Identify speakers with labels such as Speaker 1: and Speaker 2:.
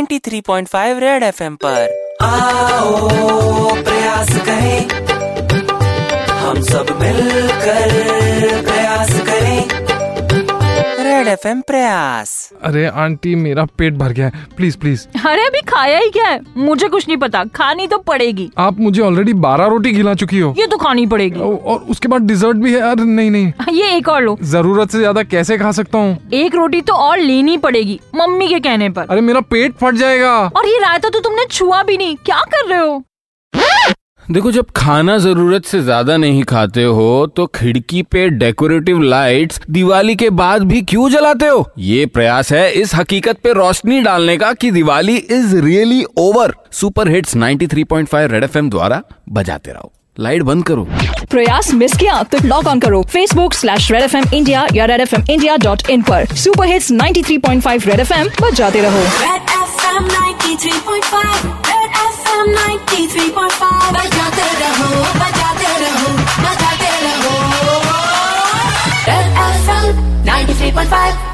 Speaker 1: 93.5 red FM पर
Speaker 2: आओ प्रयास करें हम सब मिलकर प्रयास करें
Speaker 1: रेड एफएम प्रयास
Speaker 3: अरे आंटी मेरा पेट भर गया है प्लीज प्लीज
Speaker 4: अरे अभी खाया ही क्या है मुझे कुछ नहीं पता खानी तो पड़ेगी
Speaker 3: आप मुझे ऑलरेडी बारह रोटी खिला चुकी हो
Speaker 4: ये तो खानी पड़ेगी
Speaker 3: औ- और उसके बाद डिजर्ट भी है अरे नहीं नहीं
Speaker 4: ये एक और लो
Speaker 3: जरूरत से ज्यादा कैसे खा सकता हूँ
Speaker 4: एक रोटी तो और लेनी पड़ेगी मम्मी के कहने पर
Speaker 3: अरे मेरा पेट फट जाएगा
Speaker 4: और ये रायता तो तुमने छुआ भी नहीं क्या कर रहे हो
Speaker 5: देखो जब खाना जरूरत से ज्यादा नहीं खाते हो तो खिड़की पे डेकोरेटिव लाइट्स दिवाली के बाद भी क्यों जलाते हो ये प्रयास है इस हकीकत पे रोशनी डालने का कि Diwali is really over super hits 93.5 red FM द्वारा बजाते रहो लाइट बंद करो
Speaker 6: प्रयास मिस किया तो लॉग ऑन करो Facebook slash red F M India या red F M India dot in पर super hits 93.5 red F M जाते रहो
Speaker 7: Red FM 93.5 Red FM 93.5 बजाते रहो बजाते रहो बजाते रहो Red FM 93.5